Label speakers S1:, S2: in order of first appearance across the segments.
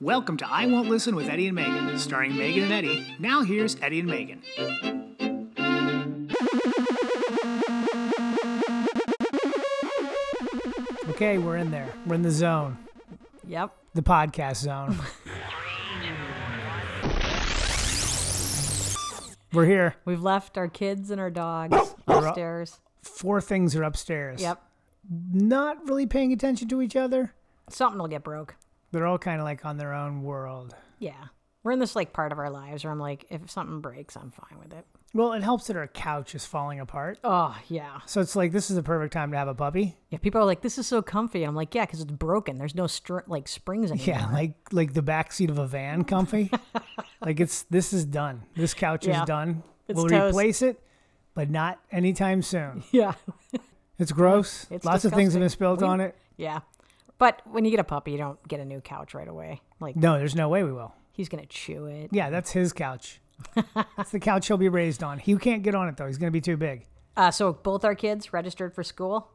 S1: Welcome to I Won't Listen with Eddie and Megan, starring Megan and Eddie. Now here's Eddie and Megan. Okay, we're in there. We're in the zone,
S2: Yep.
S1: the podcast zone. we're here.
S2: We've left our kids and our dogs upstairs.
S1: Four things are upstairs.
S2: Yep.
S1: Not really paying attention to each other.
S2: Something will get broke.
S1: They're all kind of like on their own world.
S2: Yeah. We're in this like part of our lives where I'm like, if something breaks, I'm fine with it.
S1: Well, it helps that our couch is falling apart.
S2: Oh, yeah.
S1: So it's like this is the perfect time to have a puppy.
S2: Yeah. People are like, this is so comfy. I'm like, yeah, because it's broken. There's no str- like springs anymore.
S1: Yeah, like like the back seat of a van, comfy. like it's this is done. This couch
S2: Yeah.
S1: is done.
S2: It's
S1: we'll
S2: toast.
S1: replace it, but not anytime soon.
S2: Yeah.
S1: It's gross.
S2: It's
S1: Lots of things have
S2: disgusting.
S1: been spilled
S2: We-
S1: on it.
S2: Yeah. But when you get a puppy, you don't get a new couch right away. Like,
S1: No, there's no way we will.
S2: he's going to chew it.
S1: Yeah, that's his couch. that's the couch he'll be raised on. He can't get on it though. He's gonna be too big.
S2: Uh, so both our kids registered for school.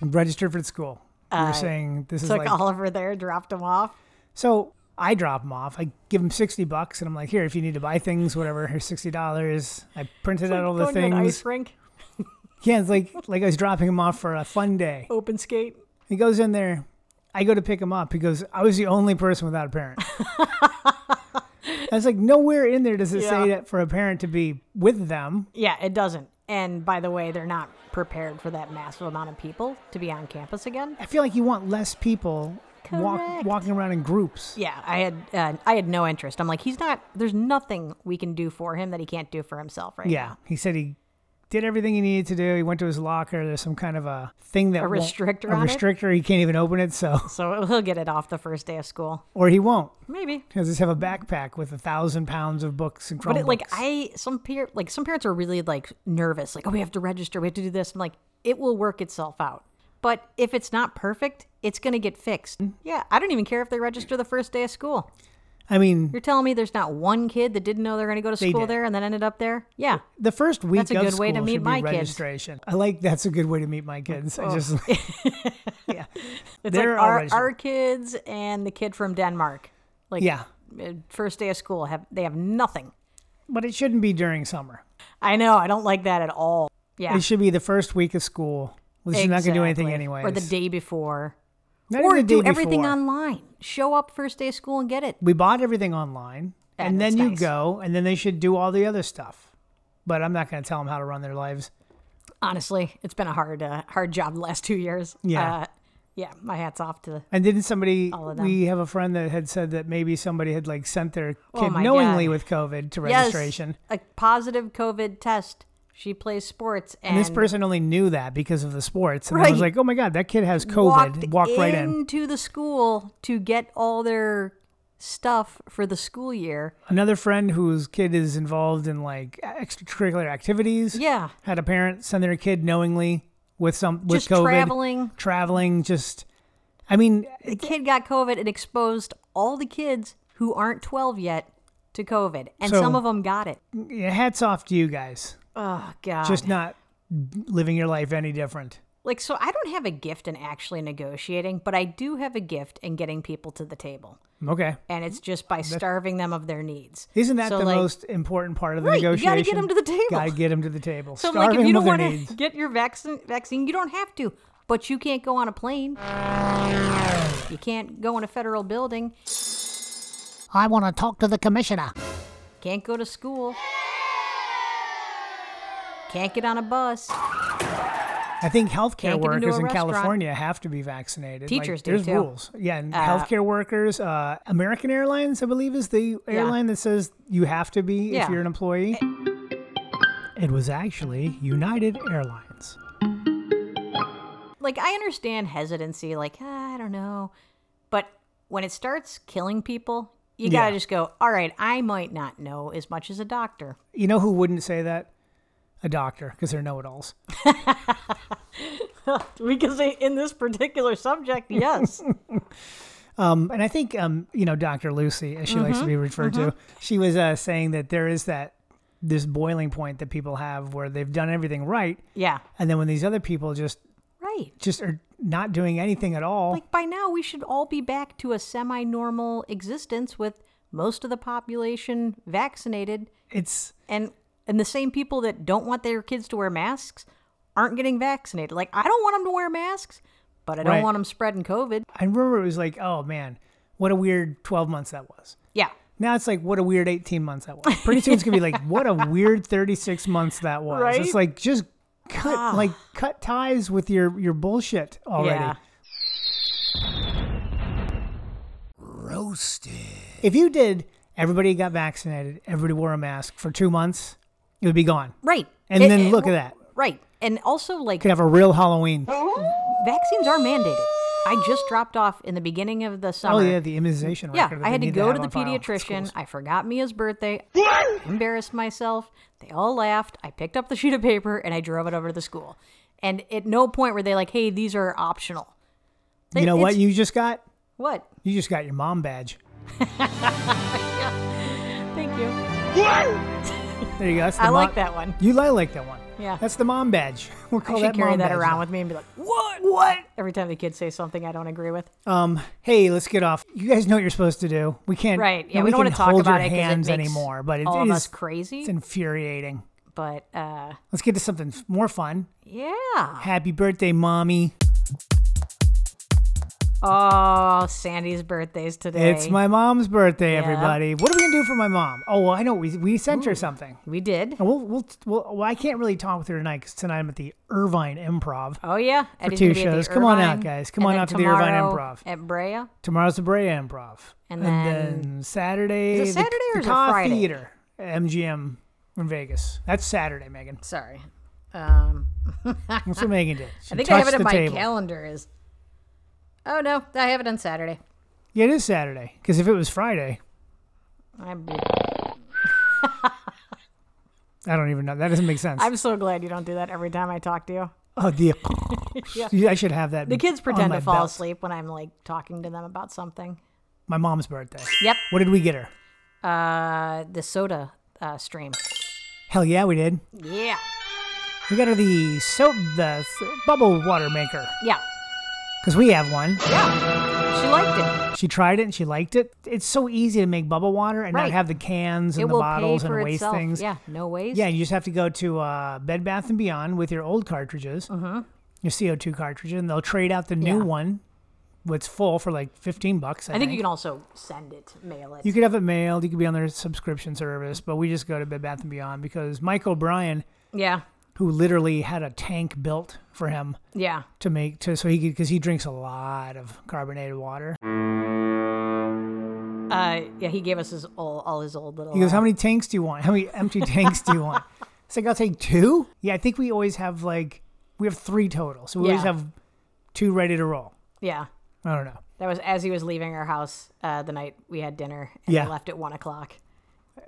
S1: Registered for the school. You're saying this is
S2: Uh, Took
S1: like
S2: Oliver there, dropped him off.
S1: so. I drop him off. I give him sixty bucks, and I'm like, "Here, if you need to buy things, whatever. Here's sixty dollars." I printed out all the
S2: Going to an
S1: things.
S2: ice rink,
S1: Yeah, it's like like I was dropping him off for a fun day.
S2: open skate.
S1: He goes in there. I go to pick him up. He goes, I was the only person without a parent. I was like, nowhere in there does it
S2: Yeah.
S1: say that for a parent to be with them.
S2: Yeah, it doesn't. And by the way, they're not prepared for that massive amount of people to be on campus again.
S1: I feel like you want less people walk,
S2: Correct.
S1: walking around in groups.
S2: Yeah, I had uh, I had no interest. I'm like, he's not. There's nothing we can do for him that he can't do for himself, right?
S1: Yeah. He said he did everything he needed to do. He went to his locker. There's some kind of a thing that
S2: A
S1: won't-
S2: restrictor
S1: A
S2: on it?
S1: restrictor. He can't even open it. So,
S2: now. So he'll get it off the first day of school,
S1: or he won't.
S2: maybe.
S1: He'll just have a backpack with a thousand pounds of books and Chromebooks.
S2: But it, like I, some peer, like some parents are really like nervous, like, oh, we have to register, we have to do this. I'm like, it will work itself out. But if it's not perfect, it's gonna get fixed.
S1: Mm-hmm.
S2: Yeah, I don't even care if they register the first day of school.
S1: I mean,
S2: You're telling me there's not one kid that didn't know they're going to go to school
S1: did.
S2: there and then ended up there? Yeah.
S1: The first week
S2: That's a
S1: of
S2: good way to
S1: school
S2: meet
S1: should be
S2: my kids. Oh.
S1: registration. I like that's a good way to meet my kids. I just yeah,
S2: It's
S1: They're
S2: like
S1: all
S2: our,
S1: registered.
S2: our kids and the kid from Denmark. Like
S1: yeah,
S2: uh, first day of school have they have nothing.
S1: but it shouldn't be during summer.
S2: I know, I don't like that at all. Yeah.
S1: It should be the first week of school. Which is not going to do anything anyway.
S2: anyway. Or the day before.
S1: or
S2: or do everything online. Show up first day of school and get it.
S1: We bought everything online,
S2: Yeah,
S1: and then
S2: that's
S1: you
S2: nice.
S1: go, and then they should do all the other stuff. But I'm not going to tell them how to run their lives.
S2: Honestly, it's been a hard uh, hard job the last 2 years.
S1: Yeah.
S2: Uh, yeah, my hat's off to the
S1: And didn't somebody?
S2: of them. Oh
S1: We have a friend that had said that maybe somebody had like sent their kid
S2: my
S1: knowingly
S2: God.
S1: with COVID to
S2: Yes,
S1: registration.
S2: a positive COVID test. She plays sports and,
S1: And this person only knew that because of the sports. And I was
S2: Right.
S1: like, oh my God, that kid has COVID.
S2: walked,
S1: Walked, right in.
S2: into the school to get all their stuff for the school year.
S1: Another friend whose kid is involved in like e-, extracurricular activities
S2: Yeah,
S1: had a parent send their kid knowingly with some with
S2: just
S1: COVID,
S2: traveling.
S1: traveling, just, I mean,
S2: The kid got COVID and exposed all the kids who aren't 12 yet to COVID, and
S1: So-
S2: some of them got it.
S1: hats off to you guys.
S2: Oh God!
S1: Just not living your life any different.
S2: like so, I don't have a gift in actually negotiating, but I do have a gift in getting people to the table,
S1: Okay.
S2: and it's just by starving them of their needs.
S1: Isn't that
S2: So,
S1: the
S2: like-
S1: most important part of the
S2: Right, you gotta
S1: negotiation?
S2: get 'em to the table.
S1: Gotta get them to the table.
S2: So I'm
S1: Starving
S2: like, if you
S1: them
S2: don't
S1: of
S2: want
S1: their needs.
S2: to get your vaccine, vaccine, you don't have to. But you can't go on a plane. You can't go in a federal building.
S1: I want to talk to the commissioner.
S2: Can't go to school. Can't get on a bus.
S1: I think healthcare
S2: Can't get into a
S1: workers in
S2: restaurant.
S1: California have to be vaccinated.
S2: Teachers
S1: like,
S2: do,
S1: there's
S2: too. Uh,
S1: rules. Yeah, and healthcare workers, uh, American Airlines, I believe, is the airline that says you have to be if
S2: Yeah.
S1: you're an employee. It was actually United Airlines.
S2: Like I understand hesitancy, like "Ah, I don't know, but when it starts killing people, you gotta
S1: Yeah.
S2: just go. All right, I might not know as much as a doctor.
S1: You know who wouldn't say that? A doctor, because they're know-it-alls.
S2: because they- in this particular subject, yes,
S1: Um, and I think, um, you know, Dr. Lucy, as she likes to be referred to, she was uh, saying that there is that this boiling point that people have where they've done everything right,
S2: yeah,
S1: and then when these other people just
S2: Right.
S1: just are not doing anything at all.
S2: Like by now, we should all be back to a semi normal existence with most of the population vaccinated
S1: it's
S2: and and the same people that don't want their kids to wear masks aren't getting vaccinated. Like I don't want them to wear masks, but I don't
S1: Right.
S2: want them spreading COVID.
S1: I remember it was like, oh man, what a weird 12 months that was.
S2: Yeah.
S1: Now it's like, what a weird 18 months that was. Pretty soon it's going to be like, what a weird 36 months that was.
S2: Right? Ah.
S1: It's like, just cut, like, cut ties with your, your bullshit already.
S2: Yeah.
S1: If you did, everybody got vaccinated, everybody wore a mask for two months, it would be gone.
S2: Right.
S1: And
S2: It-
S1: then
S2: it-
S1: look at that.
S2: Right. And also like
S1: Could have a real Halloween. Oh,
S2: vaccines are mandated. I just dropped off in the beginning of the summer.
S1: Oh, yeah, the immunization
S2: Yeah,
S1: record. that
S2: I
S1: they
S2: had to
S1: need
S2: go to,
S1: have
S2: the
S1: on file. It's
S2: pediatrician.
S1: cool.
S2: I forgot Mia's birthday. embarrassed myself. They all laughed. I picked up the sheet of paper and I drove it over to the school. And at no point were they like, "Hey, these are optional." They-
S1: You know what
S2: it's-
S1: you just got?
S2: What?
S1: You just got your mom badge.
S2: Thank you.
S1: There you go. That's the
S2: I like
S1: mom-
S2: that one.
S1: You li- like that one.
S2: Yeah.
S1: That's the mom badge. We'll
S2: I
S1: call
S2: should
S1: Oh, that
S2: carry
S1: mom
S2: that
S1: badge
S2: around
S1: now.
S2: with me and be like, "What? What?" Every time the kids say something I don't agree with.
S1: Um, hey, let's get off. You guys know what you're supposed to do. We can't.
S2: Right. Yeah,
S1: no,
S2: we don't
S1: can
S2: wanna talk
S1: hold
S2: about
S1: your
S2: it 'cause it
S1: hands
S2: makes
S1: anymore. But it,
S2: all
S1: it
S2: of
S1: is-
S2: us crazy.
S1: It's infuriating.
S2: But uh,
S1: Let's get to something f- more fun.
S2: yeah.
S1: Happy birthday, mommy!
S2: Oh, Sandy's birthday's today.
S1: It's my mom's birthday, everybody. What are we gonna do for my mom? Oh, well, I know we we sent her something.
S2: We did.
S1: And we'll, we'll, we'll, well, I can't really talk with her tonight because tonight I'm at the Irvine Improv.
S2: Oh yeah, Eddie's
S1: two
S2: gonna be at the
S1: shows. Come on out,
S2: Irvine,
S1: guys. Come
S2: and
S1: on
S2: then
S1: out to the Irvine
S2: tomorrow
S1: Improv.
S2: at Brea.
S1: Tomorrow's the Brea Improv.
S2: And
S1: then, Saturday.
S2: Is it
S1: the-
S2: Saturday or
S1: the
S2: is it
S1: Ka
S2: Friday?
S1: Theater, at MGM in Vegas. That's Saturday, Megan.
S2: Sorry, um,
S1: That's what Megan did. She
S2: I think I have
S1: touched
S2: it in
S1: the
S2: my
S1: table.
S2: calendar. Is oh no, I have it on Saturday.
S1: Yeah, it is Saturday. Because if it was Friday,
S2: I'm,
S1: I don't even know. That doesn't make sense.
S2: I'm so glad you don't do that every time I talk to you.
S1: oh, the. Yeah, I should have that.
S2: The kids
S1: on
S2: pretend
S1: my
S2: to fall
S1: belt.
S2: asleep when I'm like talking to them about something.
S1: My mom's birthday.
S2: Yep.
S1: What did we get her?
S2: Uh, the soda uh, stream.
S1: Hell yeah, we did.
S2: Yeah.
S1: We got her the soap, the s- bubble water maker.
S2: Yeah.
S1: Because we have one.
S2: Yeah. She liked it.
S1: She tried it and she liked it. It's so easy to make bubble water and
S2: Right.
S1: not have the cans and
S2: It
S1: the
S2: will pay
S1: bottles
S2: for
S1: and waste
S2: itself.
S1: things.
S2: Yeah. No waste.
S1: Yeah, you just have to go to uh, Bed Bath and Beyond with your old cartridges, your CO2 cartridge, and they'll trade out the new
S2: Uh-huh. Yeah.
S1: one, what's full for like fifteen bucks. I,
S2: I think you can also send it, mail it.
S1: You could have it mailed. You could be on their subscription service, but we just go to Bed Bath and Beyond because Mike O'Brien,
S2: yeah.
S1: who literally had a tank built for him
S2: Yeah.
S1: to make to so he could because he drinks a lot of carbonated water.
S2: Uh, yeah, he gave us his all, all his old little.
S1: He goes,
S2: uh,
S1: "How many tanks do you want? How many empty tanks do you want?" It's like I'll take two. Yeah, I think we always have like we have three total, so we always
S2: Yeah.
S1: have two ready to roll.
S2: uh, yeah,
S1: I don't know.
S2: that was as he was leaving our house uh, the night we had dinner. And
S1: Yeah.
S2: he left at one o'clock.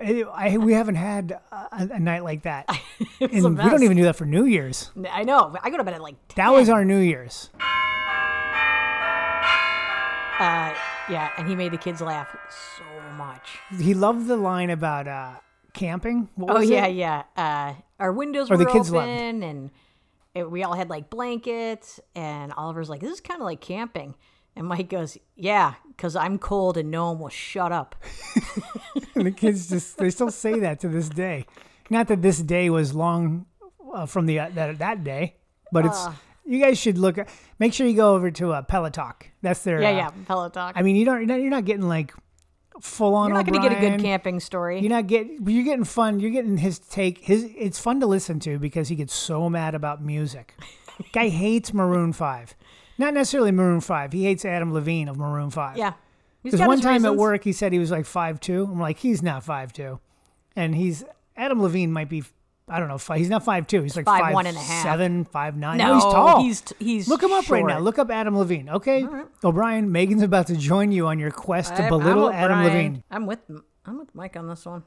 S1: It- I, we haven't had a, a night like that, and
S2: the
S1: we don't
S2: best.
S1: even do that for New Year's.
S2: N- I know. but I go to bed at like. 10.
S1: That was our New Year's.
S2: Uh, yeah, and he made the kids laugh so much.
S1: He loved the line about uh, camping. What
S2: Oh
S1: was
S2: yeah,
S1: it?
S2: yeah. Uh, our windows
S1: Or
S2: were
S1: the kids
S2: open,
S1: loved.
S2: and it, we all had like blankets. And Oliver's like, "This is kind of like camping." And Mike goes, "Yeah, because I'm cold and no one will shut up."
S1: And the kids just they still say that to this day. Not that this day was long uh, from the uh, that that day, but it's.
S2: Ah.
S1: you guys should look. Make sure you go over to uh, Pelotalk. That's their.
S2: Yeah,
S1: uh,
S2: yeah. Pillow talk.
S1: I mean, you don't. You're not, you're not getting like full on.
S2: You're not going to get a good
S1: O'Brien.
S2: camping story.
S1: You're not get. You're getting fun. You're getting his take. His. It's fun to listen to because he gets so mad about music. Guy hates Maroon Five. Not necessarily Maroon Five. He hates Adam Levine of Maroon Five.
S2: yeah. He's
S1: Because
S2: got
S1: one
S2: his
S1: time at
S2: reasons.
S1: work he said he was like five two. I'm like he's not five two, and he's Adam Levine might be. I don't know. Five, he's not five two. He's like
S2: Five,
S1: five
S2: one and a half.
S1: seven, five nine.
S2: No,
S1: he's tall.
S2: He's t- he's
S1: Look him up right now.
S2: short.
S1: Look up Adam Levine. Okay, O'Brien, Megan's about to join you on your quest to belittle
S2: I'm
S1: Adam
S2: O'Brien.
S1: Levine.
S2: I'm with I'm with Mike on this one.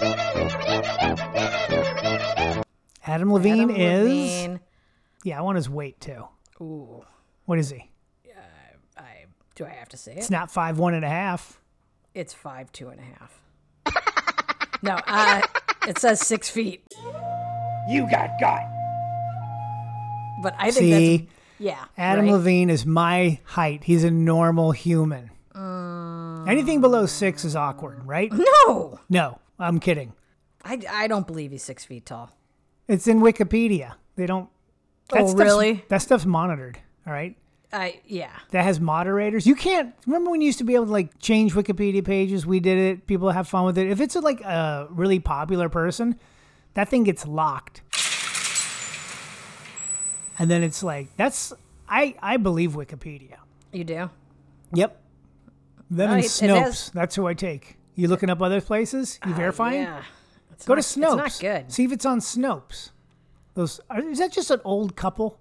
S1: Adam Levine
S2: Adam
S1: is.
S2: Levine.
S1: Yeah, I want his weight too.
S2: Ooh,
S1: What is he?
S2: I do I have to say it?
S1: It's not five one and a half.
S2: It's five two and a half. no, uh, it says six feet,
S3: You got got.
S2: but I think
S1: See,
S2: Yeah.
S1: Adam
S2: right?
S1: Levine is my height. He's a normal human.
S2: Mm.
S1: Anything below six is awkward, right?
S2: No,
S1: no, I'm kidding.
S2: I, I don't believe he's six feet tall.
S1: It's in Wikipedia. They don't.
S2: Oh,
S1: stuff's-
S2: really?
S1: That stuff's monitored. All right.
S2: I yeah.
S1: That has moderators. You can't remember when you used to be able to like change Wikipedia pages. We did it. People have fun with it. If it's a, like a really popular person, that thing gets locked, and then it's like that's I I believe Wikipedia.
S2: You do.
S1: Yep. Them and
S2: Right, it
S1: Snopes.
S2: is.
S1: That's who I take. You looking up other places? You verifying?
S2: Yeah. It's
S1: Go
S2: not-
S1: to Snopes.
S2: It's not good.
S1: See if it's on Snopes. Those are, is that just an old couple?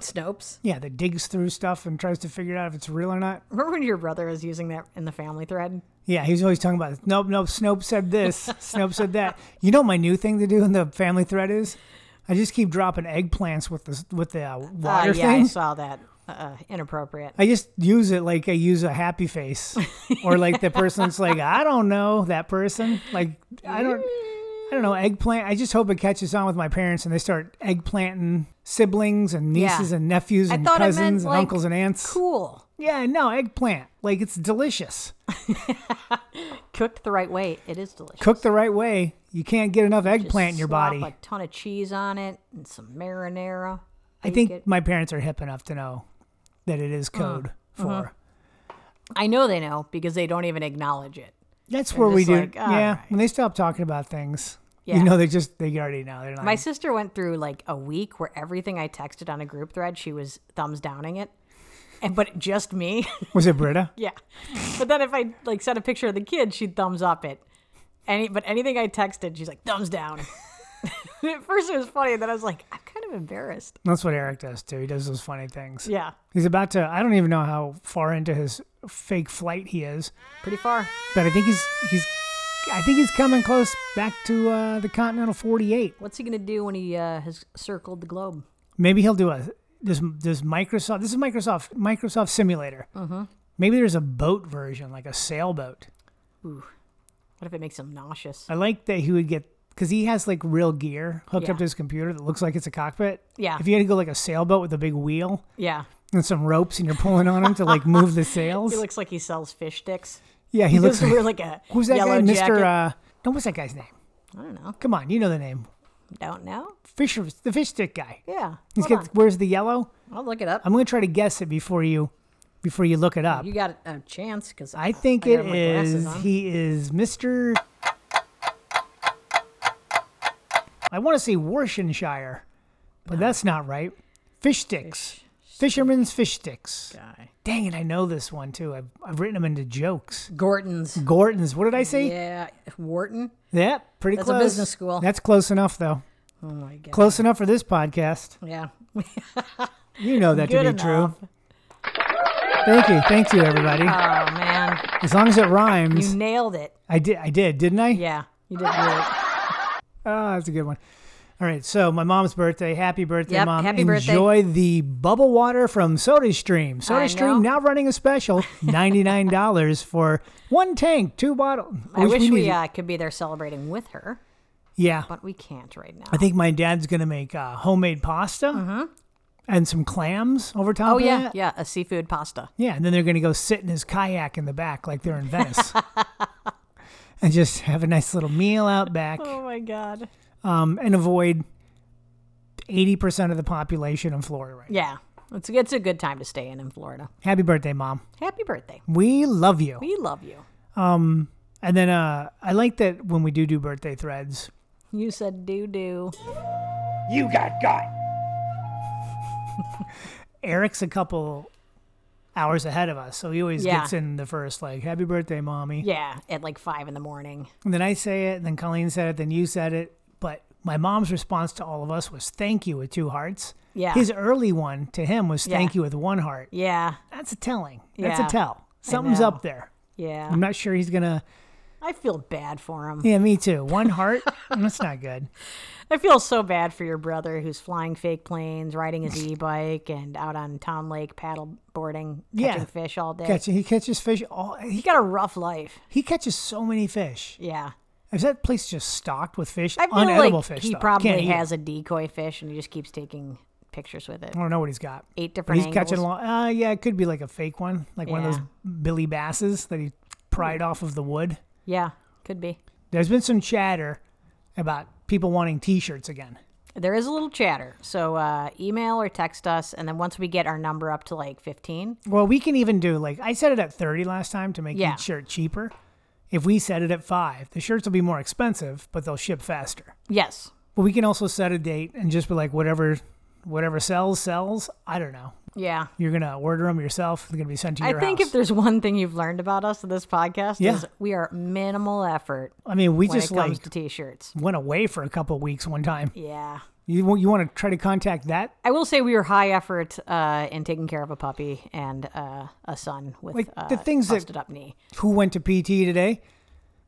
S2: Snopes.
S1: Yeah, that digs through stuff and tries to figure out if it's real or not.
S2: Remember when your brother was using that in the family thread?
S1: Yeah, he's always talking about nope, nope. Snopes said this. Snopes said that. You know, what my new thing to do in the family thread is, I just keep dropping eggplants with the with the uh,
S2: Uh,
S1: water
S2: yeah, I
S1: thing.
S2: saw that. Uh, inappropriate.
S1: I just use it like I use a happy face, or like the person's like, I don't know that person. Like I don't, I don't know eggplant. I just hope it catches on with my parents and they start eggplanting siblings and nieces
S2: Yeah.
S1: and nephews
S2: I
S1: and
S2: thought I
S1: cousins
S2: meant
S1: and
S2: like
S1: uncles and aunts.
S2: cool.
S1: Yeah, no eggplant. Like it's delicious.
S2: Cooked the right way, it is delicious.
S1: Cooked the right way, you can't get enough
S2: Just
S1: eggplant in your
S2: slop
S1: body.
S2: A ton of cheese on it and some marinara.
S1: I
S2: Bake
S1: think
S2: it. Uh-huh.
S1: my parents are hip enough to know that it is code for.
S2: I know they know because they don't even acknowledge it.
S1: That's where we
S2: just
S1: do.
S2: like, "All
S1: yeah,
S2: right."
S1: when they stop talking about things,
S2: Yeah.
S1: you know, they just they already know. They're like,
S2: My sister went through like a week where everything I texted on a group thread, she was thumbs downing it. And but just me.
S1: was it Britta?
S2: yeah. But then if I like sent a picture of the kid, she'd thumbs up it. Any but anything I texted, she's like thumbs down. At first it was funny, then I was like, I'm kind of embarrassed.
S1: That's what Eric does too. He does those funny things.
S2: Yeah.
S1: He's about to. I don't even know how far into his fake flight he is,
S2: Pretty far.
S1: but I think he's he's. I think he's coming close back to uh, the Continental 48.
S2: What's he gonna do when he uh, has circled the globe?
S1: Maybe he'll do a this this Microsoft. This is Microsoft Microsoft Simulator.
S2: Mm-hmm.
S1: Maybe there's a boat version, like a sailboat.
S2: What if it makes him nauseous?
S1: I like that he would get because he has like real gear hooked
S2: Yeah.
S1: up to his computer that looks like it's a cockpit.
S2: Yeah.
S1: If you had to go like a sailboat with a big wheel
S2: Yeah.
S1: and some ropes and you're pulling on him to like move the sails.
S2: He looks like he sells fish sticks.
S1: yeah, he
S2: He
S1: looks
S2: looks
S1: like
S2: wear like a
S1: Who's that
S2: yellow
S1: guy? uh,
S2: jacket.
S1: Mr. Uh, no, what's that guy's name?
S2: I don't know.
S1: Come on, you know the name.
S2: Don't know.
S1: Fisher, the fish stick guy.
S2: Yeah.
S1: He's
S2: Hold
S1: got, where's the yellow?
S2: on. I'll look it up.
S1: I'm gonna try to guess it before you, before you look it up.
S2: You got a chance because
S1: I think
S2: I
S1: it
S2: got my glasses
S1: is.
S2: on.
S1: He is Mr. I want to say Worcestershire, but that's not right. Fish sticks. Fisherman's fish sticks.
S2: guy.
S1: Dang it, I know this one too. I've, I've written them into jokes.
S2: Gorton's.
S1: Gorton's. What did I say?
S2: Yeah, Wharton.
S1: Yeah, pretty
S2: That's a
S1: close.
S2: business school.
S1: That's close enough, though.
S2: Oh my god.
S1: Close enough for this podcast.
S2: Yeah.
S1: You know that to be
S2: Good enough.
S1: true. Thank you, thank you, everybody.
S2: Oh man,
S1: As long as it
S2: you
S1: rhymes,
S2: nailed it.
S1: I did. I did, didn't I?
S2: Yeah, you did. Really.
S1: Oh, that's a good one. All right, so my mom's birthday. Happy birthday,
S2: Yep,
S1: mom!
S2: happy birthday.
S1: Enjoy the bubble water from SodaStream.
S2: know.
S1: SodaStream now running a special, ninety nine dollars for one tank, two bottles.
S2: I wish we
S1: needed-
S2: uh, could be there celebrating with her,
S1: yeah,
S2: but we can't right now.
S1: I think my dad's gonna make uh, homemade pasta and some clams over top.
S2: Uh-huh. oh
S1: of
S2: yeah,
S1: that.
S2: yeah, a seafood pasta.
S1: yeah. And then they're gonna go sit in his kayak in the back like they're in Venice, and just have a nice little meal out back.
S2: my god.
S1: um, and avoid 80% of the population in Florida right now.
S2: Yeah, it's it's a good time to stay in in Florida.
S1: Happy birthday, mom.
S2: Happy birthday.
S1: We love you.
S2: We love you.
S1: And then uh, I like that when we do do birthday threads,
S2: You said doo doo.
S3: You got got.
S1: Eric's a couple hours ahead of us. So he always
S2: Yeah.
S1: gets in the first, like, happy birthday, mommy.
S2: Yeah, at like five in the morning.
S1: And then I say it, and then Colleen said it, then you said it. But my mom's response to all of us was thank you with two hearts.
S2: Yeah.
S1: His early one to him was
S2: Yeah.
S1: thank you with one heart.
S2: Yeah,
S1: That's a telling. That's
S2: Yeah.
S1: a tell. Something's
S2: know.
S1: up there.
S2: yeah.
S1: I'm not sure he's going to.
S2: I feel bad for him.
S1: Yeah, me too. One heart. That's not good.
S2: I feel so bad for your brother who's flying fake planes, riding his e-bike, and out on Town Lake paddle boarding, catching
S1: Yeah.
S2: fish all day.
S1: Catch, he catches fish. All,
S2: He
S1: he,
S2: got a rough life.
S1: he catches so many fish.
S2: Yeah,
S1: Is that place just stocked with fish?
S2: I feel
S1: Unedible
S2: like
S1: fish.
S2: he
S1: though.
S2: probably
S1: Can't eat it.
S2: has a decoy fish, and he just keeps taking pictures with it.
S1: I don't know what he's got.
S2: Eight
S1: But
S2: different
S1: he's catching a
S2: angles.
S1: lot. Uh, yeah, it could be like a fake one, like one of those Billy Basses that he pried off of the wood.
S2: Yeah, could be.
S1: There's been some chatter about people wanting T-shirts again.
S2: There is a little chatter. So uh, email or text us. And then once we get our number up to like 15,
S1: Well, we can even do like I set it at thirty last time to make
S2: Yeah.
S1: each shirt cheaper. If we set it at five, the shirts will be more expensive, but they'll ship faster.
S2: yes,
S1: But we can also set a date and just be like whatever, whatever sells sells. I don't know.
S2: Yeah.
S1: You're gonna order them yourself. They're gonna be sent to
S2: I
S1: your
S2: think
S1: house.
S2: if there's one thing you've learned about us in this podcast
S1: Yeah.
S2: is we are minimal effort
S1: I mean, we
S2: when
S1: just
S2: it comes
S1: like
S2: to t-shirts.
S1: went away for a couple of weeks one time.
S2: Yeah.
S1: You want you want to try to contact that?
S2: I will say we were high effort uh, in taking care of a puppy and uh, a son with
S1: Like,
S2: uh,
S1: the things that-
S2: busted up knee.
S1: Who went to PT today?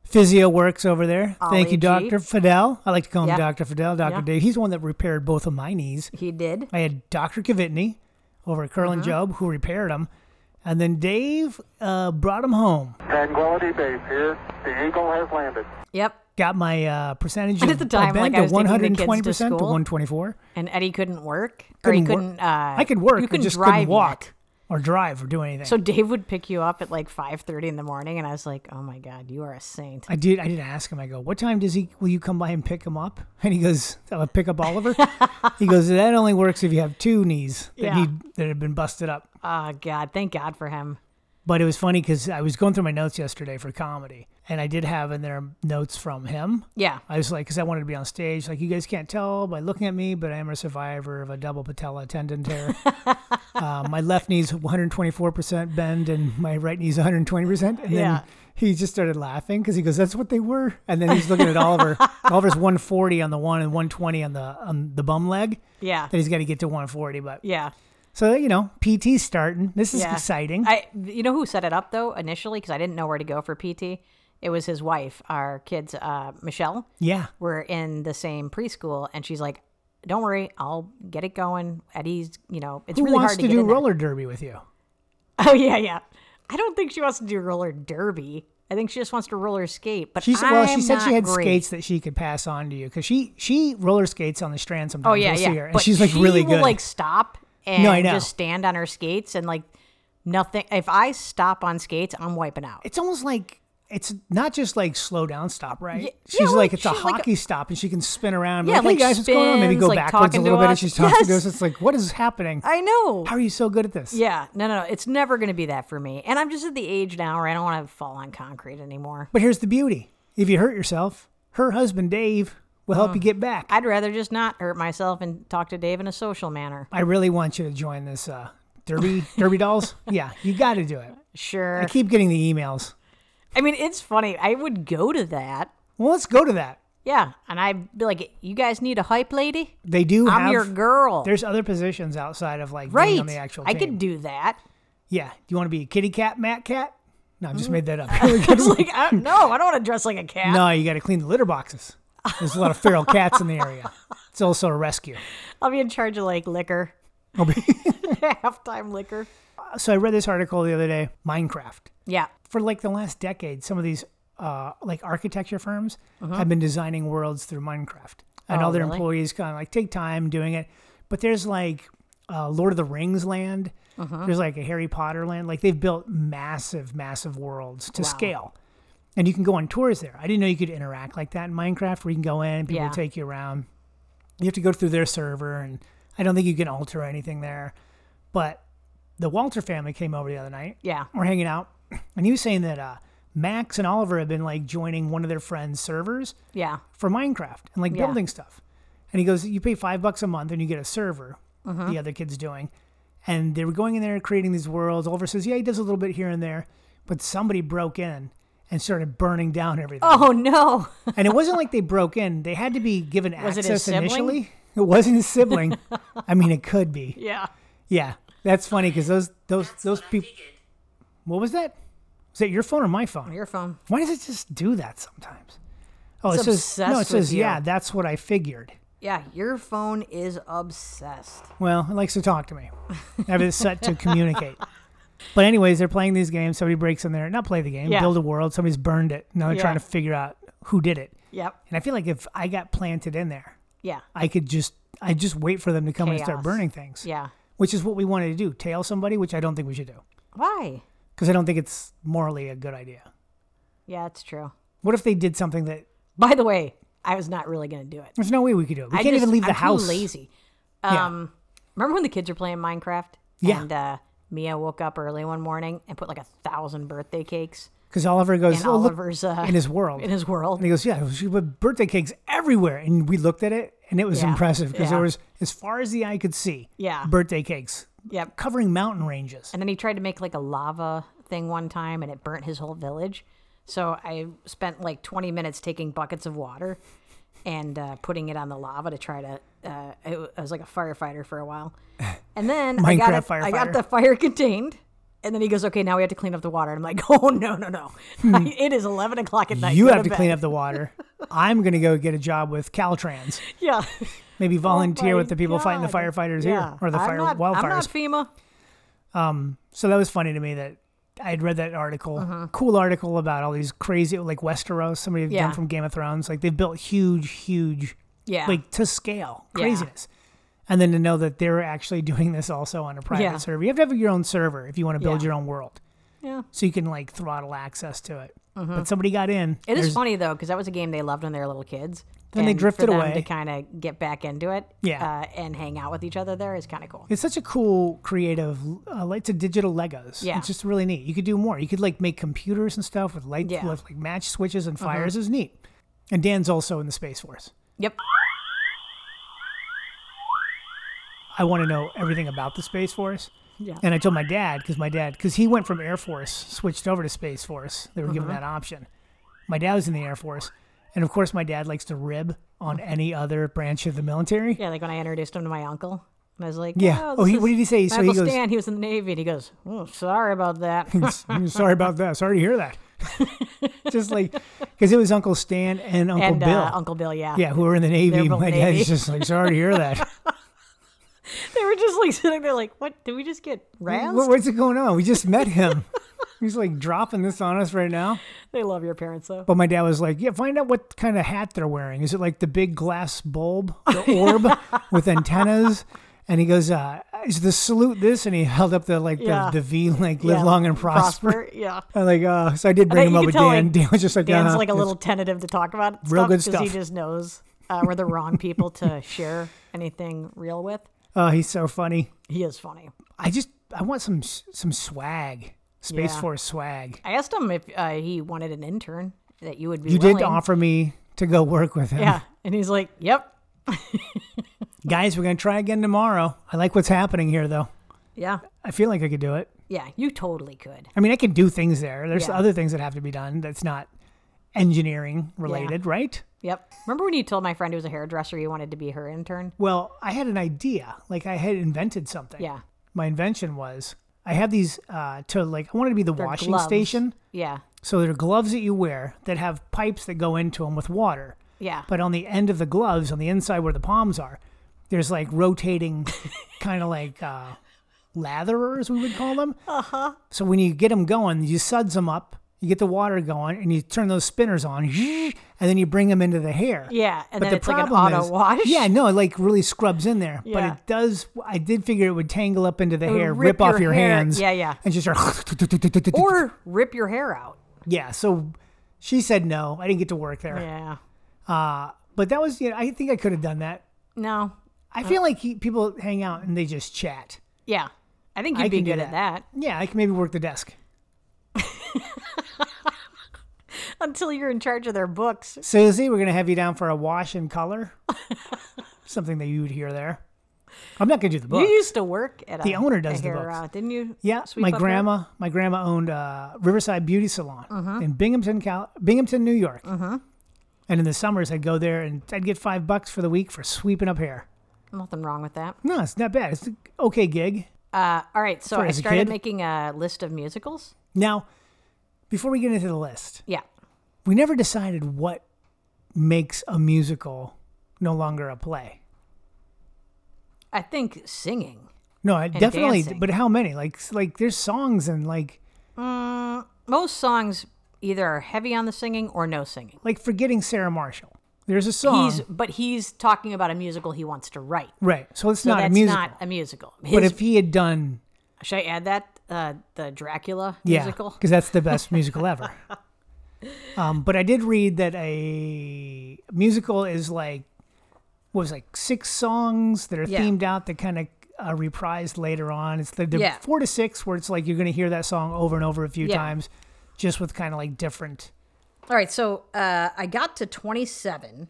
S1: Physio works over there. Thank you,
S2: Ollie G.
S1: Doctor Fidel. I like to call him
S2: Yeah.
S1: Doctor Fidel, Doctor
S2: Yeah.
S1: Dave. He's the one that repaired both of my knees.
S2: He did.
S1: I had Dr. Kavitney over at Curlin
S2: Mm-hmm.
S1: Job who repaired him. And then Dave uh, brought him home.
S4: Tranquility Base here. The Eagle has landed.
S2: Yep.
S1: Got my uh, percentage
S2: And
S1: of
S2: at the time,
S1: of bend
S2: like, I was
S1: to
S2: taking the
S1: 120%
S2: kids to
S1: to
S2: school.
S1: 124.
S2: And Eddie couldn't work.
S1: Couldn't
S2: or
S1: work.
S2: he couldn't uh,
S1: I could work,
S2: You
S1: I
S2: couldn't
S1: just
S2: drive
S1: couldn't walk
S2: yet.
S1: or drive or do anything.
S2: So Dave would pick you up at like five thirty in the morning and I was like, Oh my god, you are a saint.
S1: I did. I did ask him. I go, "What time does he? Will you come by and pick him up?" And he goes, "I'll pick up Oliver." he goes, "That only works if you have two knees that
S2: Yeah.
S1: need that have been busted up."
S2: Oh god, thank God for him.
S1: But it was funny because I was going through my notes yesterday for comedy, and I did have in there notes from him.
S2: Yeah.
S1: I was like, because I wanted to be on stage. Like, you guys can't tell by looking at me, but I am a survivor of a double patella tendon tear. uh, my left knee's 124% bend, and my right knee's 120%. And then
S2: Yeah.
S1: he just started laughing because he goes, "That's what they were." And then he's looking at Oliver. Oliver's 140 on the one and 120 on the on the bum leg.
S2: Yeah.
S1: That he's got to get to 140. But
S2: Yeah.
S1: so you know, PT's starting. This is
S2: Yeah.
S1: exciting.
S2: I, you know who set it up though initially because I didn't know where to go for PT. It was his wife. Our kids, uh, Michelle,
S1: yeah.
S2: were in the same preschool, and she's like, "Don't worry, I'll get it going." Eddie's, you know, it's
S1: Who
S2: really
S1: wants
S2: hard to,
S1: to
S2: get
S1: do
S2: in there.
S1: roller derby with you?
S2: Oh yeah, yeah. I don't think she wants to do roller derby. I think she just wants to roller skate. But
S1: She's, well,
S2: I'm
S1: she said she
S2: not
S1: had
S2: great.
S1: skates that she could pass on to you because she she roller skates on the strand sometimes.
S2: Oh yeah,
S1: You'll
S2: yeah.
S1: See her, and
S2: But
S1: she's like
S2: she
S1: really
S2: will,
S1: good.
S2: Like stop and
S1: No, I know.
S2: just stand on her skates and like nothing. If I stop on skates, I'm wiping out.
S1: it's almost like it's not just like slow down stop, right?
S2: Yeah,
S1: she's
S2: yeah,
S1: like
S2: like,
S1: it's a
S2: she- like a-
S1: hockey stop, and she can spin around. and be
S2: Yeah,
S1: like, hey
S2: like
S1: guys, what's going on? Maybe
S2: spins,
S1: go
S2: like,
S1: backwards a
S2: talking
S1: little
S2: to
S1: bit, and
S2: us.
S1: she's talking to us.
S2: Yes.
S1: It's like, what is happening?
S2: I know.
S1: How are you so good at this?
S2: Yeah, no, no, no. It's never going to be that for me. And I'm just at the age now where I don't want to fall on concrete anymore.
S1: But here's the beauty: if you hurt yourself, her husband Dave will
S2: Uh.
S1: help you get back. I,
S2: I'd rather just not hurt myself and talk to Dave in a social manner.
S1: really want you to join this uh, derby, derby dolls. Yeah, you got to do it.
S2: Sure.
S1: I
S2: I,
S1: keep getting the emails.
S2: mean, it's funny. I would go to that.
S1: Well, let's go to that.
S2: Yeah, and I'd be like, "You guys need a hype lady?
S1: They do.
S2: I'm
S1: have,
S2: your girl."
S1: There's other positions outside of like being
S2: right.
S1: on the actual.
S2: I
S1: team.
S2: could do that.
S1: Yeah. Do you want to be a kitty cat, mat cat? No, I
S2: Mm.
S1: just made that up.
S2: It's like, I don't, no, I don't want to dress like a cat.
S1: no, you got to clean the litter boxes. There's a lot of feral cats in the area. It's also a rescue.
S2: I'll be in charge of like liquor, halftime liquor.
S1: So I read this article the other day. Minecraft
S2: Yeah,
S1: for like the last decade, some of these uh, like architecture firms have been designing worlds through Minecraft, and
S2: Uh-huh. Oh,
S1: all their
S2: really?
S1: employees kind of like take time doing it. But there's like uh, Lord of the Rings land.
S2: Uh-huh.
S1: There's like a Harry Potter land. Like they've built massive, massive worlds to scale, and you can go on tours there. I didn't know you could interact like that in Minecraft, where you can go in and people
S2: Yeah.
S1: take you around. You have to go through their server, and I don't think you can alter anything there. But the Walter family came over the other night
S2: yeah.
S1: we're hanging out, and he was saying that uh, Max and Oliver have been like joining one of their friends' servers
S2: Yeah.
S1: for Minecraft and like
S2: Yeah.
S1: building stuff. And he goes, "You pay five bucks a month and you get a server."
S2: Mm-hmm.
S1: The other kid's doing, and they were going in there creating these worlds. Oliver says, "Yeah, he does a little bit here and there," but somebody broke in and started burning down everything.
S2: Oh no.
S1: And it wasn't like they broke in; they had to be given
S2: Was it his
S1: access
S2: sibling?
S1: initially. It wasn't his sibling. I mean, it could be.
S2: yeah.
S1: Yeah, that's funny because those those those people. What was that? Was that your phone or my phone?
S2: Your phone.
S1: Why does it just do that sometimes? Oh,
S2: It's
S1: it says no. It
S2: obsessed with
S1: says
S2: you.
S1: yeah. That's what I figured.
S2: Yeah, your phone is obsessed.
S1: Well, it likes to talk to me. I have it set to communicate. But anyways, they're playing these games. Somebody breaks in there, not play the game,
S2: Yeah.
S1: build a world. Somebody's burned it. Now they're
S2: Yeah.
S1: trying to figure out who did it.
S2: Yep.
S1: And I feel like if I got planted in there,
S2: Yeah.
S1: I could just I just wait for them to come and start
S2: Chaos.
S1: burning things.
S2: Yeah.
S1: Which is what we wanted to do. Tail somebody, which I don't think we should do.
S2: Why?
S1: Because I don't think it's morally a good idea.
S2: Yeah, it's true.
S1: What if they did something that
S2: By the way, I was not really going to do it.
S1: there's no way we could do it? We
S2: I
S1: can't
S2: just-
S1: even leave the
S2: I'm
S1: house.
S2: Too lazy.
S1: Yeah.
S2: Um, remember when the kids were playing Minecraft?
S1: Yeah.
S2: And uh, Mia woke up early one morning and put like a thousand birthday cakes
S1: Because Oliver goes,
S2: in
S1: oh, look,
S2: Oliver's uh,
S1: in his world.
S2: in his world.
S1: and he goes, yeah, she put birthday cakes everywhere. And we looked at it, and it was
S2: Yeah.
S1: impressive because there
S2: Yeah.
S1: was, as far as the eye could see,
S2: Yeah.
S1: birthday cakes
S2: Yep.
S1: covering mountain ranges.
S2: And then he tried to make like a lava thing one time and it burnt his whole village. So I spent like 20 minutes taking buckets of water and uh, putting it on the lava to try to. Uh, I w- I was like a firefighter for a while. And then I, got it,
S1: Minecraft
S2: I
S1: firefighter.
S2: got the fire contained. And then he goes, okay, now we have to clean up the water. And I'm like, oh, no, no, no. it is 11 o'clock at night.
S1: Hmm. you
S2: Go
S1: have to
S2: bed."
S1: clean up the water. I'm going to go get a job with Caltrans.
S2: Yeah.
S1: Maybe volunteer
S2: Oh My
S1: with the people fighting the
S2: God.
S1: firefighters
S2: Yeah.
S1: here or the
S2: I'm
S1: fire
S2: not-
S1: wildfires.
S2: I'm not FEMA.
S1: so that was funny to me that I had read that article,
S2: Uh-huh.
S1: cool article about all these crazy like Westeros, somebody had
S2: Yeah.
S1: done from Game of Thrones. Like they've built huge, huge,
S2: Yeah.
S1: like to scale
S2: Yeah.
S1: craziness. And then to know that they're actually doing this also on a private
S2: Yeah.
S1: server. You have to have your own server if you want to build
S2: Yeah.
S1: your own world,
S2: yeah.
S1: so you can like throttle access to it. But somebody got in.
S2: Mm-hmm. It is
S1: There's-
S2: funny though because that was a game they loved when they were little kids.
S1: Then they
S2: And
S1: drifted
S2: for them
S1: away.
S2: to kind of get back into it.
S1: Yeah.
S2: uh, and hang out with each other there is kind of cool.
S1: It's such a cool, creative. Uh, like- it's a digital Legos.
S2: Yeah.
S1: it's just really neat. You could do more. You could like make computers and stuff with light,
S2: Yeah. Uh-huh.
S1: with, like match switches and fires. Is neat. And Dan's also in the Space Force.
S2: Yep.
S1: I want to know everything about the Space Force.
S2: Yeah.
S1: And I told my dad because my dad because he went from Air Force switched over to Space Force. They were given
S2: Uh-huh.
S1: that option. My dad was in the Air Force, and of course my dad likes to rib on any other branch of the military.
S2: Uh-huh. Yeah, like when I introduced him to my uncle, and I was like,
S1: Yeah.
S2: Oh,
S1: Oh,
S2: this
S1: he- what
S2: is
S1: did he say?
S2: My
S1: So he
S2: uncle
S1: goes-
S2: Stan, he was in the Navy, and he goes, "Oh, sorry about that."
S1: Sorry about that. Sorry to hear that. just like because it was Uncle Stan and Uncle
S2: and
S1: Bill.
S2: Uh, Uncle Bill, yeah.
S1: yeah, who were in the Navy.
S2: They're both
S1: My
S2: Navy.
S1: dad's just like, sorry to hear that.
S2: They were just like sitting there, like, "What? Did we just get razzed?"
S1: What- what's going on? We just met him. He's like dropping this on us right now.
S2: They love your parents though.
S1: But my dad was like, "Yeah, find out what kind of hat they're wearing. Is it like the big glass bulb, the orb with antennas?" And he goes, uh, "Is the salute this?" And he held up the like
S2: Yeah.
S1: the, the V, like "Live long and prosper."
S2: Yeah.
S1: I'm like, uh, so I did
S2: bet
S1: bring him
S2: you
S1: up
S2: could
S1: with
S2: tell,
S1: Dan.
S2: like,
S1: Dan was just like,
S2: Dan's
S1: "Uh-huh,
S2: like a
S1: it's-
S2: little tentative to talk about
S1: Real good
S2: because he
S1: stuff.
S2: just knows uh, we're the wrong people to share anything real with.
S1: Oh, he's so funny.
S2: He is funny.
S1: I just I want some s- some swag, Space
S2: Yeah.
S1: Force swag.
S2: I asked him if uh, he wanted an intern that you would be.
S1: You
S2: willing.
S1: did offer me to go work with him.
S2: yeah, and he's like, "Yep,
S1: Guys, we're gonna try again tomorrow. I like what's happening here, though.
S2: yeah,
S1: I feel like I could do it.
S2: yeah. You totally could.
S1: I mean, I can do things there. There's
S2: Yeah.
S1: other things that have to be done that's not engineering related, right?
S2: Yep. Remember when you told my friend who was a hairdresser you wanted to be her intern?
S1: Well, I had an idea. Like I had invented something.
S2: Yeah,
S1: My invention was I had these uh, to like I wanted to be the
S2: They're
S1: washing
S2: gloves.
S1: station.
S2: Yeah,
S1: So they're gloves that you wear that have pipes that go into them with water.
S2: yeah.
S1: But on the end of the gloves, on the inside where the palms are, there's like rotating, kind of like uh, latherers, we would call them. Uh huh.
S2: Uh-huh.
S1: So when you get them going, you suds them up, you get the water going, and you turn those spinners on, and then you bring them into the hair.
S2: Yeah, and
S1: but
S2: then
S1: the
S2: it's like an
S1: problem
S2: auto
S1: is-
S2: wash.
S1: Yeah, no, it like really scrubs in there, but
S2: Yeah.
S1: it does. I did figure it would tangle up into the
S2: would
S1: hair,
S2: rip
S1: rip, off
S2: your
S1: your,
S2: hair.
S1: hands.
S2: Yeah, yeah.
S1: And just
S2: or rip your hair out.
S1: yeah. So she said no. I didn't get to work there.
S2: Yeah.
S1: Uh, but that was, you know, I think I could have done that.
S2: No.
S1: I
S2: Uh,
S1: feel like he, people hang out and they just chat.
S2: Yeah. I think
S1: I
S2: you'd be
S1: can do
S2: good at that
S1: Yeah, I can maybe work the desk.
S2: until you're in charge of their books.
S1: Susie, we're going to have you down for a wash and color. Something that you would hear there. I'm not going to do the book.
S2: You used to work at
S1: The
S2: a,
S1: owner
S2: a
S1: does the
S2: hair,
S1: books.
S2: uh, didn't you?
S1: yeah,
S2: sweep
S1: my
S2: up there?
S1: grandma, my grandma owned uh, Riverside Beauty Salon
S2: Uh-huh.
S1: in Binghamton, Cal- Binghamton, New York. And in the summers, I'd go there and I'd get five bucks for the week for sweeping up hair.
S2: Nothing wrong with that.
S1: No, it's not bad. It's an okay gig.
S2: Uh, all right, so
S1: For
S2: I
S1: as a
S2: started
S1: kid?
S2: making a list of musicals.
S1: Now, before we get into the list,
S2: Yeah,
S1: we never decided what makes a musical no longer a play.
S2: I think singing.
S1: No, I definitely.
S2: dancing.
S1: But how many? Like, s- like there's songs and like,
S2: Most songs either are heavy on the singing or no singing.
S1: like forgetting Sarah Marshall. There's a song.
S2: He's but he's talking about a musical he wants to write.
S1: right. So it's
S2: So
S1: not
S2: that's
S1: a musical.
S2: not a musical.
S1: but
S2: His-
S1: if he had done
S2: should I add that uh, the Dracula
S1: yeah,
S2: musical?
S1: because that's the best musical ever. Um, but I did read that a musical is like what was it, like six songs that are
S2: Yeah.
S1: themed out that kind of uh, reprised later on. It's the, the
S2: Yeah.
S1: four to six where it's like you're going to hear that song over and over a few
S2: Yeah.
S1: times, just with kind of like different.
S2: All right, so uh, I got to 27,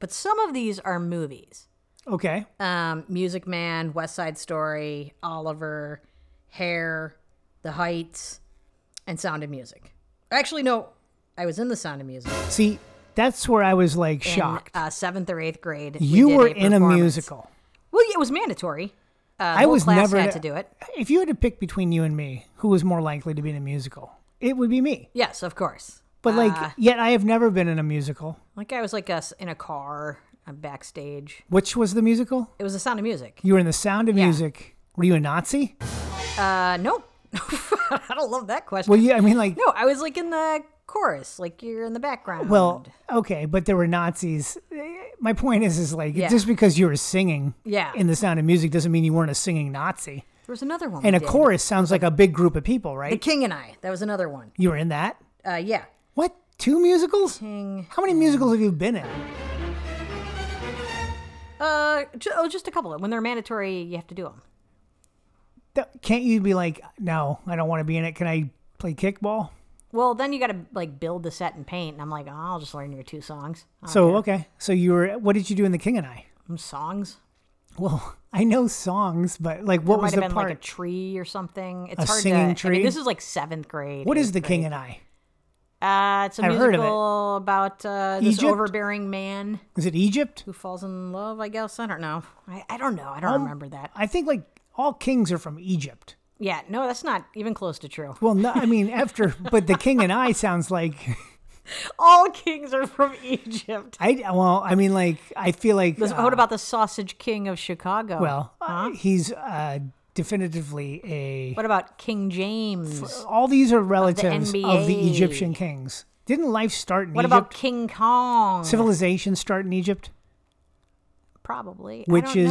S2: but some of these are movies.
S1: Okay,
S2: Um, Music Man, West Side Story, Oliver, Hair, The Heights, and Sound of Music. Actually, no, I was in The Sound of Music.
S1: see, that's where I was like
S2: in,
S1: shocked.
S2: uh, seventh or eighth grade. we
S1: you
S2: did
S1: were in a
S2: performance.
S1: musical.
S2: Well, yeah, it was mandatory. Uh,
S1: I was
S2: class
S1: never
S2: had
S1: in a-
S2: to do it.
S1: If you had to pick between you and me, who was more likely to be in a musical? It would be me.
S2: Yes, of course.
S1: But like,
S2: Uh.
S1: yet I have never been in a musical.
S2: Like I was like us in a car uh, backstage.
S1: Which was the musical?
S2: It was The Sound of Music.
S1: You were in The Sound of
S2: Yeah.
S1: Music. Were you a Nazi?
S2: Uh, no, I don't love that question.
S1: Well, yeah, I mean, like,
S2: No, I was like in the chorus, like you're in the background.
S1: well, okay, but there were Nazis. Eh, My point is, is like,
S2: Yeah.
S1: just because you were singing
S2: Yeah.
S1: in The Sound of Music doesn't mean you weren't a singing Nazi.
S2: there was another one.
S1: And
S2: we
S1: a
S2: did.
S1: chorus sounds like a big group of people,
S2: The
S1: right?
S2: King and I. That was another one.
S1: You were in that?
S2: Uh, yeah.
S1: What? Two musicals?
S2: King.
S1: How many musicals have you been in?
S2: Uh, ju- oh, just a couple. When they're mandatory, you have to do them.
S1: Th- Can't you be like, no, I don't want to be in it. Can I play kickball?
S2: Well, then you got to like build the set and paint. And I'm like, oh, I'll just learn your two songs. Uh,
S1: So, okay. So you were, what did you do in The King and I?
S2: songs.
S1: Well, I know songs, but like,
S2: It
S1: what
S2: might
S1: was
S2: have
S1: the
S2: been
S1: part?
S2: like a tree or something. It's
S1: A
S2: hard
S1: singing
S2: to. I
S1: tree?
S2: mean, this is like seventh grade.
S1: what is
S2: eighth
S1: The King
S2: grade.
S1: and I?
S2: Uh, it's a
S1: I've
S2: musical
S1: heard of it.
S2: about uh, this
S1: Egypt?
S2: overbearing man
S1: Is it Egypt?
S2: who falls in love. I guess I don't know. I, I don't know. I
S1: Um,
S2: don't remember that.
S1: I think like all kings are from Egypt.
S2: Yeah, no, that's not even close to true.
S1: Well, no, I mean after, but the king and I sounds like
S2: All kings are from Egypt.
S1: I. Well, I mean like I feel like.
S2: This-
S1: uh,
S2: what about the sausage king of Chicago?
S1: well, uh, he's uh, definitively a.
S2: what about King James?
S1: All these are relatives of the,
S2: NBA.
S1: Egyptian kings. Didn't life start in
S2: what
S1: Egypt?
S2: about King Kong?
S1: civilization start in Egypt,
S2: Probably. I
S1: which
S2: don't
S1: is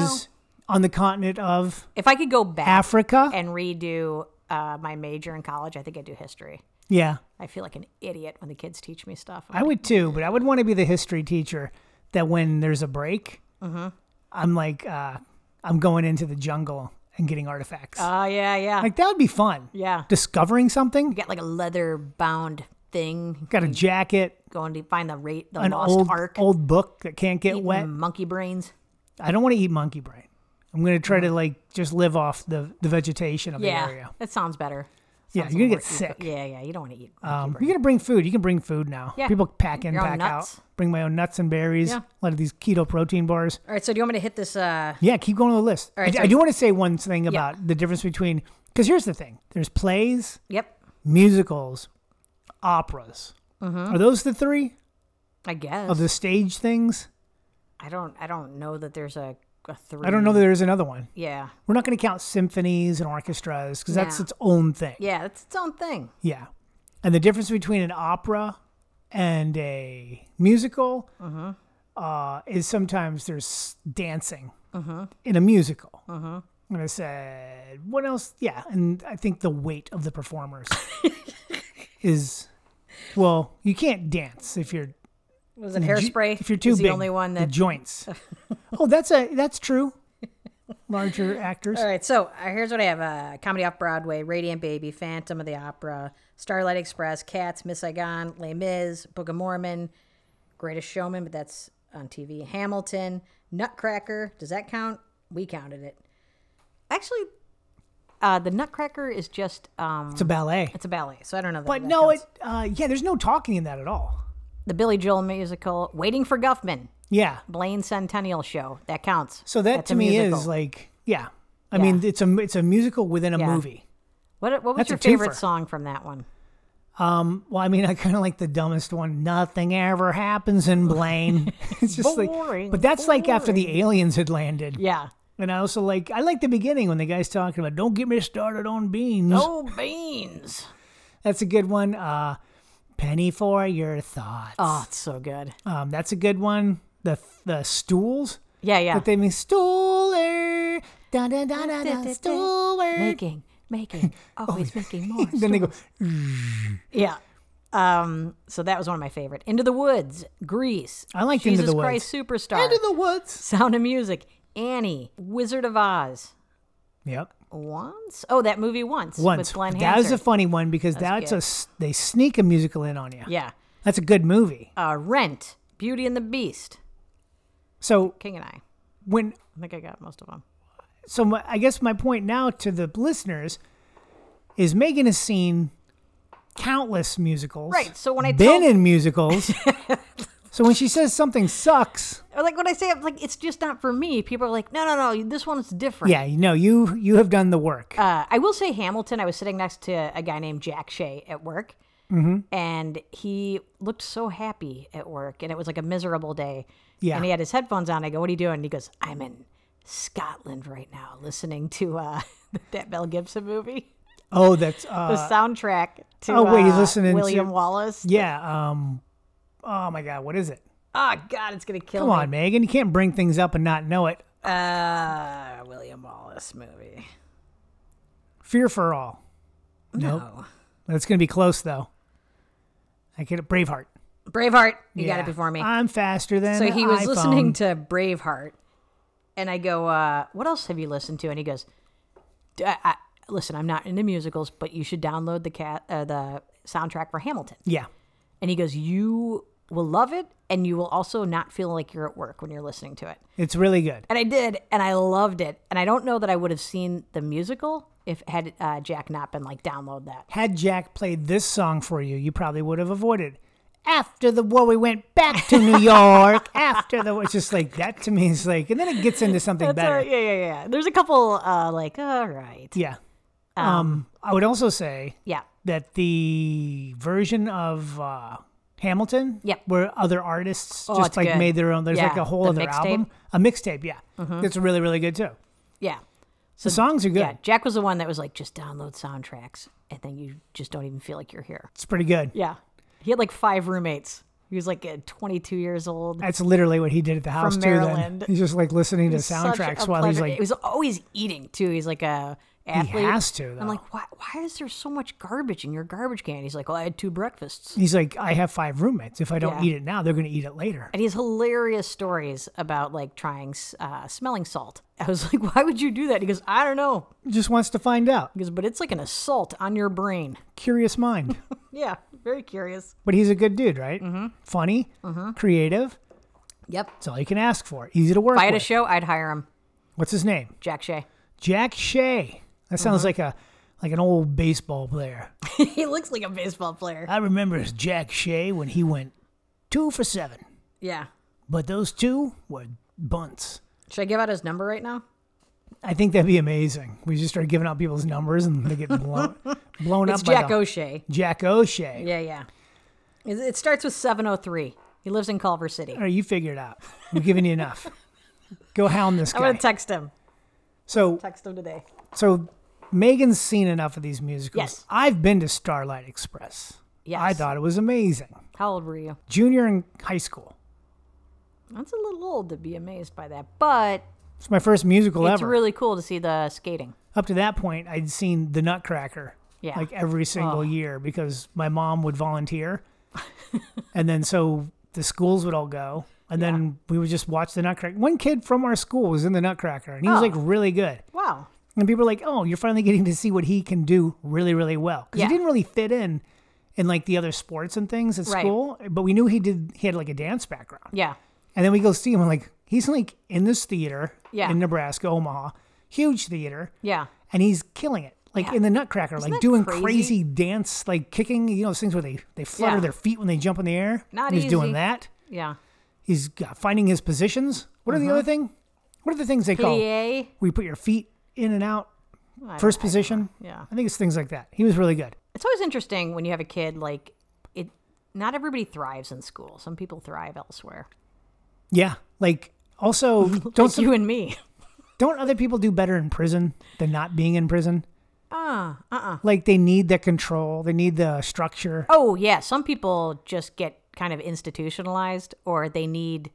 S2: know.
S1: on the continent of
S2: if I could go back
S1: Africa?
S2: and redo uh, my major in college, I think I'd do history.
S1: yeah,
S2: I feel like an idiot when the kids teach me stuff.
S1: I
S2: I'm
S1: would too, but I would want to be the history teacher that when there's a break,
S2: Mm-hmm.
S1: I'm like, uh, I'm going into the jungle and getting artifacts.
S2: like, Oh yeah, yeah,
S1: like that would be fun.
S2: yeah.
S1: Discovering something.
S2: You got like a leather bound thing
S1: Got a jacket,
S2: going to find the rate the
S1: an
S2: Mm. lost
S1: old
S2: ark,
S1: old book that can't get
S2: eating
S1: wet.
S2: monkey brains.
S1: I don't want to eat monkey brain. I'm gonna try to like just live off the, the vegetation of
S2: Mm-hmm. Yeah,
S1: the area.
S2: that sounds better.
S1: Yeah,
S2: Sounds
S1: you're
S2: a
S1: gonna get
S2: little more
S1: sick.
S2: eco- Yeah, yeah, you don't want to eat.
S1: Um, you're gonna bring food. You can bring food now.
S2: Yeah.
S1: People pack in,
S2: Your own
S1: pack
S2: nuts.
S1: out. Bring my own nuts and berries.
S2: Yeah.
S1: A lot of these keto protein bars.
S2: All right, so do you want me to hit this? Uh,
S1: Yeah, keep going on the list.
S2: right,
S1: I,
S2: so-
S1: I do want to say one thing about the difference between because here's the thing: there's plays,
S2: yep,
S1: musicals, operas.
S2: Mm-hmm.
S1: Are those the three
S2: I guess.
S1: of the stage things?
S2: I don't. I don't know that there's a, a three.
S1: I don't know that there's another one.
S2: Yeah,
S1: We're not going to count symphonies and orchestras because that's
S2: No.
S1: its own thing.
S2: yeah, that's its own thing.
S1: Yeah. And the difference between an opera and a musical uh, is sometimes there's dancing in a musical. I'm going to say, what else? Yeah. And I think the weight of the performers is, well, you can't dance if you're.
S2: Was it hairspray?
S1: If you're too
S2: is
S1: big.
S2: the only one
S1: the
S2: that.
S1: joints. oh, that's a that's true. Larger actors.
S2: All right, so uh, here's what I have: uh, comedy off Broadway, Radiant Baby, Phantom of the Opera, Starlight Express, Cats, Miss Saigon, Les Mis, Book of Mormon, Greatest Showman, but that's on TV. Hamilton, Nutcracker. Does that count? We counted it. Actually, uh, the Nutcracker is just um,
S1: It's a ballet.
S2: it's a ballet, so I don't know. That
S1: But
S2: that
S1: no,
S2: counts.
S1: it uh, yeah, there's no talking in that at all.
S2: the Billy Joel musical, Waiting for Guffman,
S1: Yeah.
S2: Blaine Centennial show. That counts.
S1: So that
S2: That's
S1: to
S2: a
S1: me
S2: musical.
S1: is like, yeah. I
S2: Yeah.
S1: mean, it's a it's a musical within a
S2: Yeah.
S1: movie.
S2: what, what was
S1: that's a
S2: your favorite
S1: twofer.
S2: song from that one?
S1: Well, I mean, I kind of like the dumbest one. Nothing ever happens in Blaine. it's just
S2: Boring,
S1: like, but that's like after the aliens had landed.
S2: Yeah.
S1: And I also like, I like the beginning when the guy's talking about, "Don't get me started on beans."
S2: Oh beans.
S1: That's a good one. Uh, Penny for your thoughts.
S2: Oh, it's so good.
S1: Um, that's a good one. The the stools
S2: Yeah, yeah.
S1: that they make stooler da da da da da stooler.
S2: making, making,
S1: Oh,
S2: always making more.
S1: Then they go
S2: yeah. Um, so that was one of my favorite. Into the Woods, Grease.
S1: I liked Into
S2: Jesus
S1: the
S2: Christ Superstar.
S1: into the woods.
S2: Sound of Music, Annie, Wizard of Oz.
S1: Yep.
S2: Once? Oh, that movie Once.
S1: Once
S2: With Glenn
S1: that was a
S2: Hansard.
S1: funny one because that's,
S2: good.
S1: a s they sneak a musical in on you.
S2: yeah.
S1: That's a good movie.
S2: Uh, Rent, Beauty and the Beast,
S1: So
S2: King and I.
S1: when
S2: I think I got most of them.
S1: so my, I guess my point now to the listeners is Megan has seen countless musicals.
S2: Right, so when I
S1: been
S2: told-
S1: in musicals, so when she says something sucks,
S2: Or like when I say, I'm like, it's just not for me. People are like, no, no, no, this one's different.
S1: yeah, you know you you have done the work.
S2: Uh, I will say Hamilton. I was sitting next to a guy named Jack Shea at work,
S1: Mm-hmm.
S2: and he looked so happy at work, and it was like a miserable day.
S1: Yeah.
S2: And he had his headphones on. I go, "What are you doing?" And he goes, "I'm in Scotland right now, listening to uh, that Mel Gibson movie,
S1: oh, that's
S2: the
S1: uh,
S2: soundtrack to
S1: oh, wait, he's
S2: uh,
S1: listening to-
S2: William Wallace.
S1: yeah. Um, oh my God, what is it?
S2: Oh God, it's gonna kill
S1: Come
S2: me.
S1: on, Megan, you can't bring things up and not know it.
S2: Uh, William Wallace movie.
S1: Fear for all.
S2: No.
S1: That's gonna be close though. I get it. Braveheart.
S2: Braveheart. You got
S1: Yeah.
S2: it before me.
S1: I'm faster than.
S2: So
S1: an
S2: he was
S1: iPhone.
S2: listening to Braveheart, and I go, uh, "What else have you listened to?" And he goes, "D- I, I- "Listen, I'm not into musicals, but you should download the cat uh, the soundtrack for Hamilton."
S1: Yeah.
S2: And he goes, "You will love it, and you will also not feel like you're at work when you're listening to it."
S1: It's really good.
S2: And I did, and I loved it. And I don't know that I would have seen the musical if had uh, Jack not been like, "Download that."
S1: Had Jack played this song for you, you probably would have avoided. After the war, we went back to New York. After the war, it's just like that to me is like, and then it gets into something
S2: That's all
S1: better.
S2: right. yeah, yeah, yeah. There's a couple uh, like, all right,
S1: Yeah. Um, I would also say
S2: yeah,
S1: that the version of uh, Hamilton,
S2: Yep.
S1: where other artists
S2: Oh,
S1: just
S2: it's
S1: like
S2: good.
S1: made their own. There's like
S2: Yeah,
S1: a whole
S2: the
S1: other
S2: mixtape.
S1: album, a mixtape. Yeah, that's really really good too.
S2: yeah.
S1: The songs are good.
S2: Yeah, Jack was the one that was like, just download soundtracks, and then you just don't even feel like you're here.
S1: It's pretty good.
S2: Yeah, he had like five roommates. He was like uh, 22 years old.
S1: That's literally what he did at the house too. Then
S2: Maryland.
S1: he's just like listening to
S2: Such a
S1: soundtracks while he's
S2: pleasure.
S1: like
S2: he was always eating too. He's like a athlete.
S1: has to, though.
S2: I'm like, why? Why is there so much garbage in your garbage can? He's like, well, I had two breakfasts.
S1: He's like, I have five roommates. If I don't
S2: Yeah.
S1: eat it now, they're going to eat it later.
S2: And he has hilarious stories about like trying s- uh, smelling salt. I was like, why would you do that? He goes, I don't know.
S1: Just wants to find out.
S2: He goes, but it's like an assault on your brain.
S1: Curious mind.
S2: Yeah, very curious.
S1: but he's a good dude, right? Mm-hmm. Funny, creative.
S2: Yep.
S1: That's all you can ask for. Easy to work
S2: If I had a
S1: with.
S2: show, I'd hire him.
S1: What's his name?
S2: Jack Shea.
S1: Jack Shea. That sounds
S2: Uh-huh.
S1: like a like an old baseball player.
S2: he looks like a baseball player.
S1: I remember Jack Shea when he went two for seven,
S2: Yeah.
S1: but those two were bunts.
S2: Should I give out his number right now?
S1: I think that'd be amazing. We just start giving out people's numbers and they get blown blown
S2: It's
S1: up. by
S2: Jack
S1: the-
S2: O'Shea.
S1: Jack O'Shea.
S2: Yeah, yeah. It it starts with 703. He lives in Culver City.
S1: All right, you figure it out. We've given you enough. Go hound this
S2: I'm
S1: guy.
S2: going to text him.
S1: so,
S2: Text him today.
S1: so Megan's seen enough of these musicals.
S2: Yes.
S1: I've been to Starlight Express.
S2: Yes.
S1: I thought it was amazing.
S2: How old were you?
S1: Junior in high school.
S2: That's a little old to be amazed by that, but
S1: It's my first musical
S2: it's
S1: ever.
S2: really cool to see the skating.
S1: Up to that point, I'd seen The Nutcracker
S2: Yeah.
S1: like eh. every single year because my mom would volunteer, and then so the schools would all go, and then we would just watch The Nutcracker. One kid from our school was in The Nutcracker, and he was
S2: Oh.
S1: like really good.
S2: Wow.
S1: And people are like, oh, you're finally getting to see what he can do really, really well. Because
S2: Yeah.
S1: he didn't really fit in in like the other sports and things at
S2: Right.
S1: school, but we knew he did, he had like a dance background.
S2: Yeah.
S1: And then we go see him and like, he's like in this theater
S2: Yeah.
S1: in Nebraska, Omaha, huge theater,
S2: Yeah.
S1: and he's killing it. Like
S2: Yeah.
S1: in the Nutcracker, like
S2: that
S1: doing
S2: crazy?
S1: crazy? dance, like kicking, you know, those things where they, they flutter
S2: Yeah.
S1: their feet when they jump in the air.
S2: Not
S1: he's doing
S2: easy.
S1: that.
S2: Yeah.
S1: He's uh, finding his positions. What are the
S2: Uh-huh.
S1: other thing? What are the things they call?
S2: Plie.
S1: We put your feet in and out.
S2: I
S1: First position.
S2: Yeah.
S1: I think it's things like that. He was really good.
S2: It's always interesting when you have a kid like it not everybody thrives in school. Some people thrive elsewhere.
S1: Yeah. Like also don't
S2: Like you and me.
S1: don't other people do better in prison than not being in prison?
S2: Uh, uh, uh.
S1: Like they need the control, they need the structure.
S2: Oh yeah, some people just get kind of institutionalized, or they need,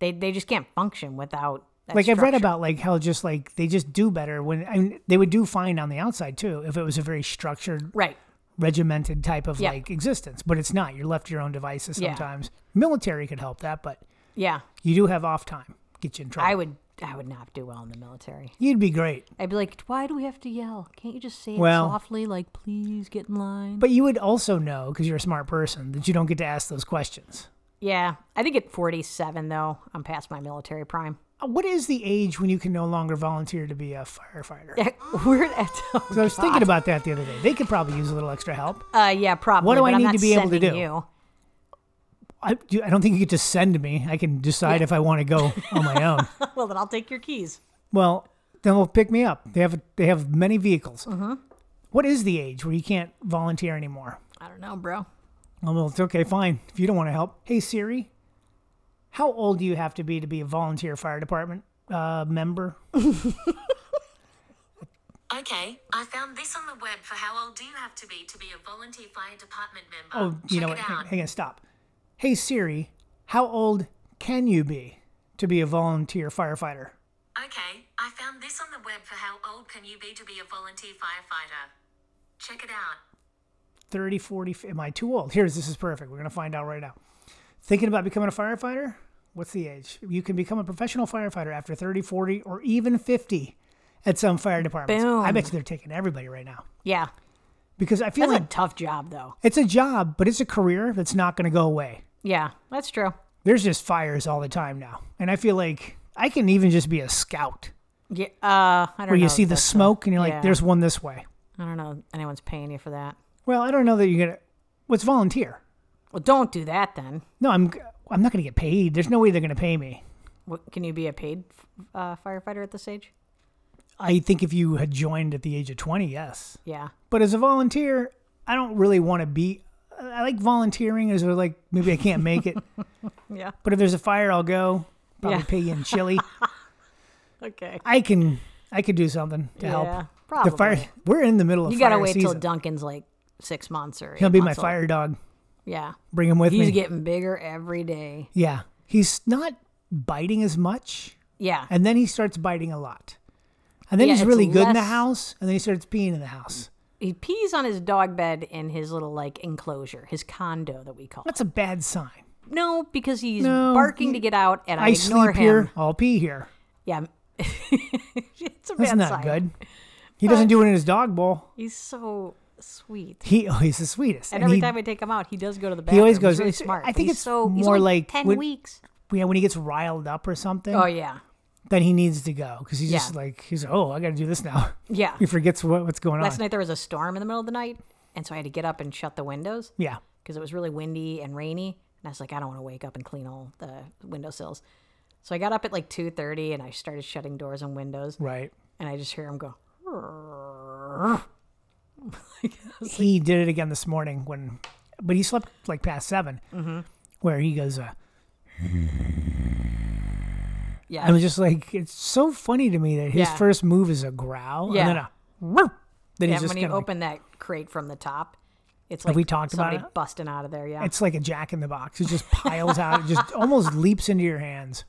S2: they they just can't function without. That
S1: like I've read
S2: structure.
S1: about like how just like they just do better when I mean, they would do fine on the outside too if it was a very structured,
S2: Right.
S1: regimented type of
S2: Yeah.
S1: like existence, but it's not. You're left to your own devices
S2: Yeah.
S1: sometimes. Military could help that, but
S2: Yeah.
S1: you do have off time. Get you in trouble.
S2: I would. I would not do well in the military.
S1: You'd be great.
S2: I'd be like, why do we have to yell? Can't you just say it
S1: Well-
S2: softly? Like, please get in line.
S1: But you would also know, because you're a smart person, that you don't get to ask those questions.
S2: yeah, I think at 47 though, I'm past my military prime.
S1: Uh, What is the age when you can no longer volunteer to be a firefighter?
S2: We're at. Oh,
S1: So I was thinking about that the other day. They could probably use a little extra help.
S2: Uh, yeah, probably.
S1: What do
S2: but
S1: I
S2: I'm
S1: need
S2: not
S1: to be able to
S2: sending
S1: do?
S2: You.
S1: I, do- I don't think you could just send me. I can decide if I want to go on my own.
S2: well, then I'll take your keys.
S1: Well, then they'll pick me up. They have they have many vehicles.
S5: Uh-huh.
S1: What is the age where you can't volunteer anymore? Oh,
S2: I don't know, bro.
S1: Well, it's okay, fine. If you don't want to help, hey Siri, how old do you have to be to be a volunteer fire department uh, member?
S5: Okay, I found this on the web for how old do you have to be to be a volunteer fire department member.
S1: Oh, you know
S5: Check
S1: what?
S5: it out.
S1: Hang, hang on, stop. Hey Siri, how old can you be to be a volunteer firefighter?
S5: Okay, I found this on the web for how old can you be to be a volunteer firefighter. Check it out.
S1: 30, 40, f- am I too old? Here's this is perfect. We're going to find out right now. Thinking about becoming a firefighter? What's the age? You can become a professional firefighter after 30, 40, or even 50 at some fire departments. I
S2: Boom.
S1: bet you they're taking everybody right now
S2: Yeah,
S1: because I feel
S2: that's a
S1: like
S2: tough job though.
S1: it's a job, but it's a career that's not going to go away.
S2: Yeah, that's true.
S1: There's just fires all the time now. And I feel like I can even just be a scout
S2: Yeah, uh, I don't know.
S1: where you see
S2: if
S1: the
S2: that's a-
S1: smoke and you're like,
S2: yeah.
S1: there's one this way.
S2: I don't know. if Anyone's paying you for that?
S1: Well, I don't know that you're going to, what's volunteer?
S2: Well, don't do that then.
S1: No, I'm, I'm not going to get paid. There's no way they're going to pay me.
S2: What, can you be a paid uh, firefighter at this age?
S1: I think if you had joined at the age of 20, yes.
S2: Yeah.
S1: But as a volunteer, I don't really want to be. I like volunteering as well, like maybe I can't make it.
S2: Yeah.
S1: But if there's a fire, I'll go. Probably
S2: Yeah.
S1: pay you in chili.
S2: Okay.
S1: I can I could do something to
S2: Yeah,
S1: help.
S2: probably.
S1: The fire. We're in the middle of
S2: you
S1: fire
S2: gotta wait
S1: season.
S2: till Duncan's like six months or.
S1: He'll
S2: eight
S1: be my
S2: months old.
S1: fire dog.
S2: Yeah.
S1: Bring him with
S2: He's
S1: me.
S2: getting bigger every day.
S1: yeah, he's not biting as much,
S2: Yeah.
S1: and then he starts biting a lot, and then
S2: Yeah,
S1: he's
S2: it's
S1: really good in the
S2: less-
S1: house, and then he starts peeing in the house.
S2: He pees on his dog bed in his little like enclosure, his condo that we call. it.
S1: That's a bad sign.
S2: No, because he's
S1: No,
S2: barking
S1: he-
S2: to get out, and I,
S1: I,
S2: ignore
S1: sleep
S2: him.
S1: here. I'll pee here.
S2: Yeah. it's a
S1: That's
S2: bad
S1: not
S2: sign.
S1: good. He doesn't do it in his dog bowl.
S2: He's so sweet.
S1: He oh, he's the sweetest.
S2: And every
S1: he,
S2: time I take him out, he does go to the bathroom.
S1: he always goes-
S2: He's really
S1: it's-
S2: smart.
S1: I think
S2: He's
S1: it's
S2: so, he's
S1: more
S2: only
S1: like
S2: ten
S1: when-
S2: weeks.
S1: yeah, when he gets riled up or something,
S2: Oh yeah,
S1: then he needs to go because he's just
S2: Yeah.
S1: like he's oh I got to do this now.
S2: yeah.
S1: he forgets what, what's going
S2: Last
S1: on.
S2: night there was a storm in the middle of the night, and so I had to get up and shut the windows
S1: yeah,
S2: because it was really windy and rainy. And I was like, I don't want to wake up and clean all the windowsills. So I got up at like two thirty and I started shutting doors and windows,
S1: right.
S2: and I just hear him go.
S1: He did it again this morning when, but he slept like past 7
S2: Mm-hmm.
S1: where he goes. Uh,
S2: Yeah,
S1: I was just like, it's so funny to me that his
S2: Yeah.
S1: first move is a growl
S2: Yeah.
S1: and then a. "Woof." Then
S2: yeah.
S1: he's just
S2: When you
S1: kinda like-
S2: open that crate from the top, it's like
S1: we talked about
S2: somebody
S1: it?
S2: busting out of there. Yeah,
S1: it's like a jack in the box. It just piles out. It just almost leaps into your hands.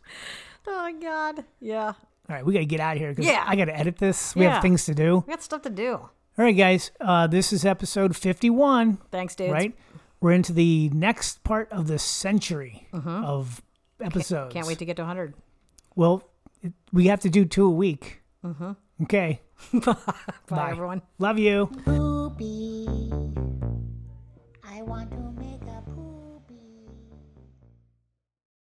S2: oh god, yeah.
S1: All right, we got to get out of here because
S2: Yeah.
S1: I got to edit this. We have
S2: Yeah.
S1: things to do.
S2: We got stuff to do.
S1: All right, guys. Uh, this is episode 51,
S2: Thanks, dudes.
S1: right? We're into the next part of the century of episodes.
S2: Mm-hmm. Can't wait to get to 100.
S1: Well, it, we have to do two a week. Mm-hmm. Okay.
S2: Bye, everyone.
S1: Love you.